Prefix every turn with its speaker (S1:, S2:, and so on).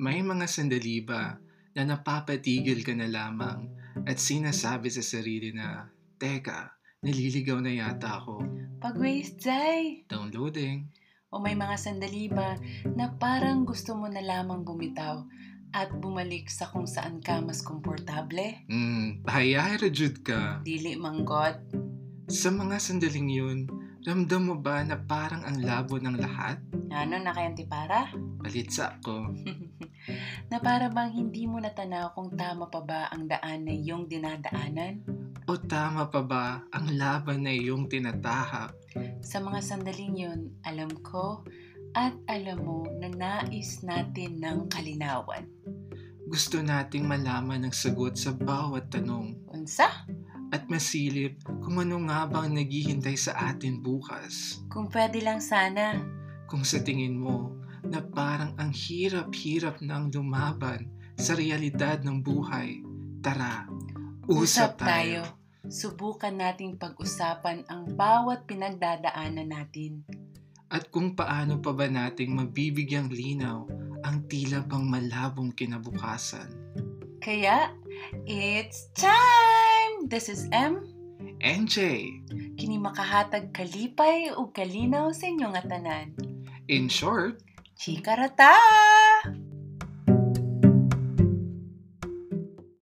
S1: May mga sandali ba na napapatigil ka na lamang at sinasabi sa sarili na, Teka, naliligaw na yata ako.
S2: Pag-waste, Jai!
S1: Downloading.
S2: O may mga sandali ba na parang gusto mo na lamang bumitaw at bumalik sa kung saan ka mas komportable?
S1: Hmm, pahayay rajud ka.
S2: Dili manggot.
S1: Sa mga sandaling yun, ramdam mo ba na parang ang labo ng lahat?
S2: Ano na kayang tipara?
S1: Balitsa ako.
S2: na para bang hindi mo natanaw kung tama pa ba ang daan na iyong dinadaanan?
S1: O tama pa ba ang laban na iyong tinatahak?
S2: Sa mga sandaling yun, alam ko at alam mo na nais natin ng kalinawan.
S1: Gusto nating malaman ang sagot sa bawat tanong.
S2: Unsa?
S1: at masilip kung ano nga bang naghihintay sa atin bukas.
S2: Kung pwede lang sana,
S1: Kung sa tingin mo na parang ang hirap-hirap ng lumaban sa realidad ng buhay, tara, usap, tayo.
S2: Subukan nating pag-usapan ang bawat pinagdadaanan natin.
S1: At kung paano pa ba nating mabibigyang linaw ang tila bang malabong kinabukasan.
S2: Kaya, it's time! This is M.
S1: NJ,
S2: Kini makahatag kalipay ug kalinaw sa inyong atanan.
S1: in short,
S2: Chika rata!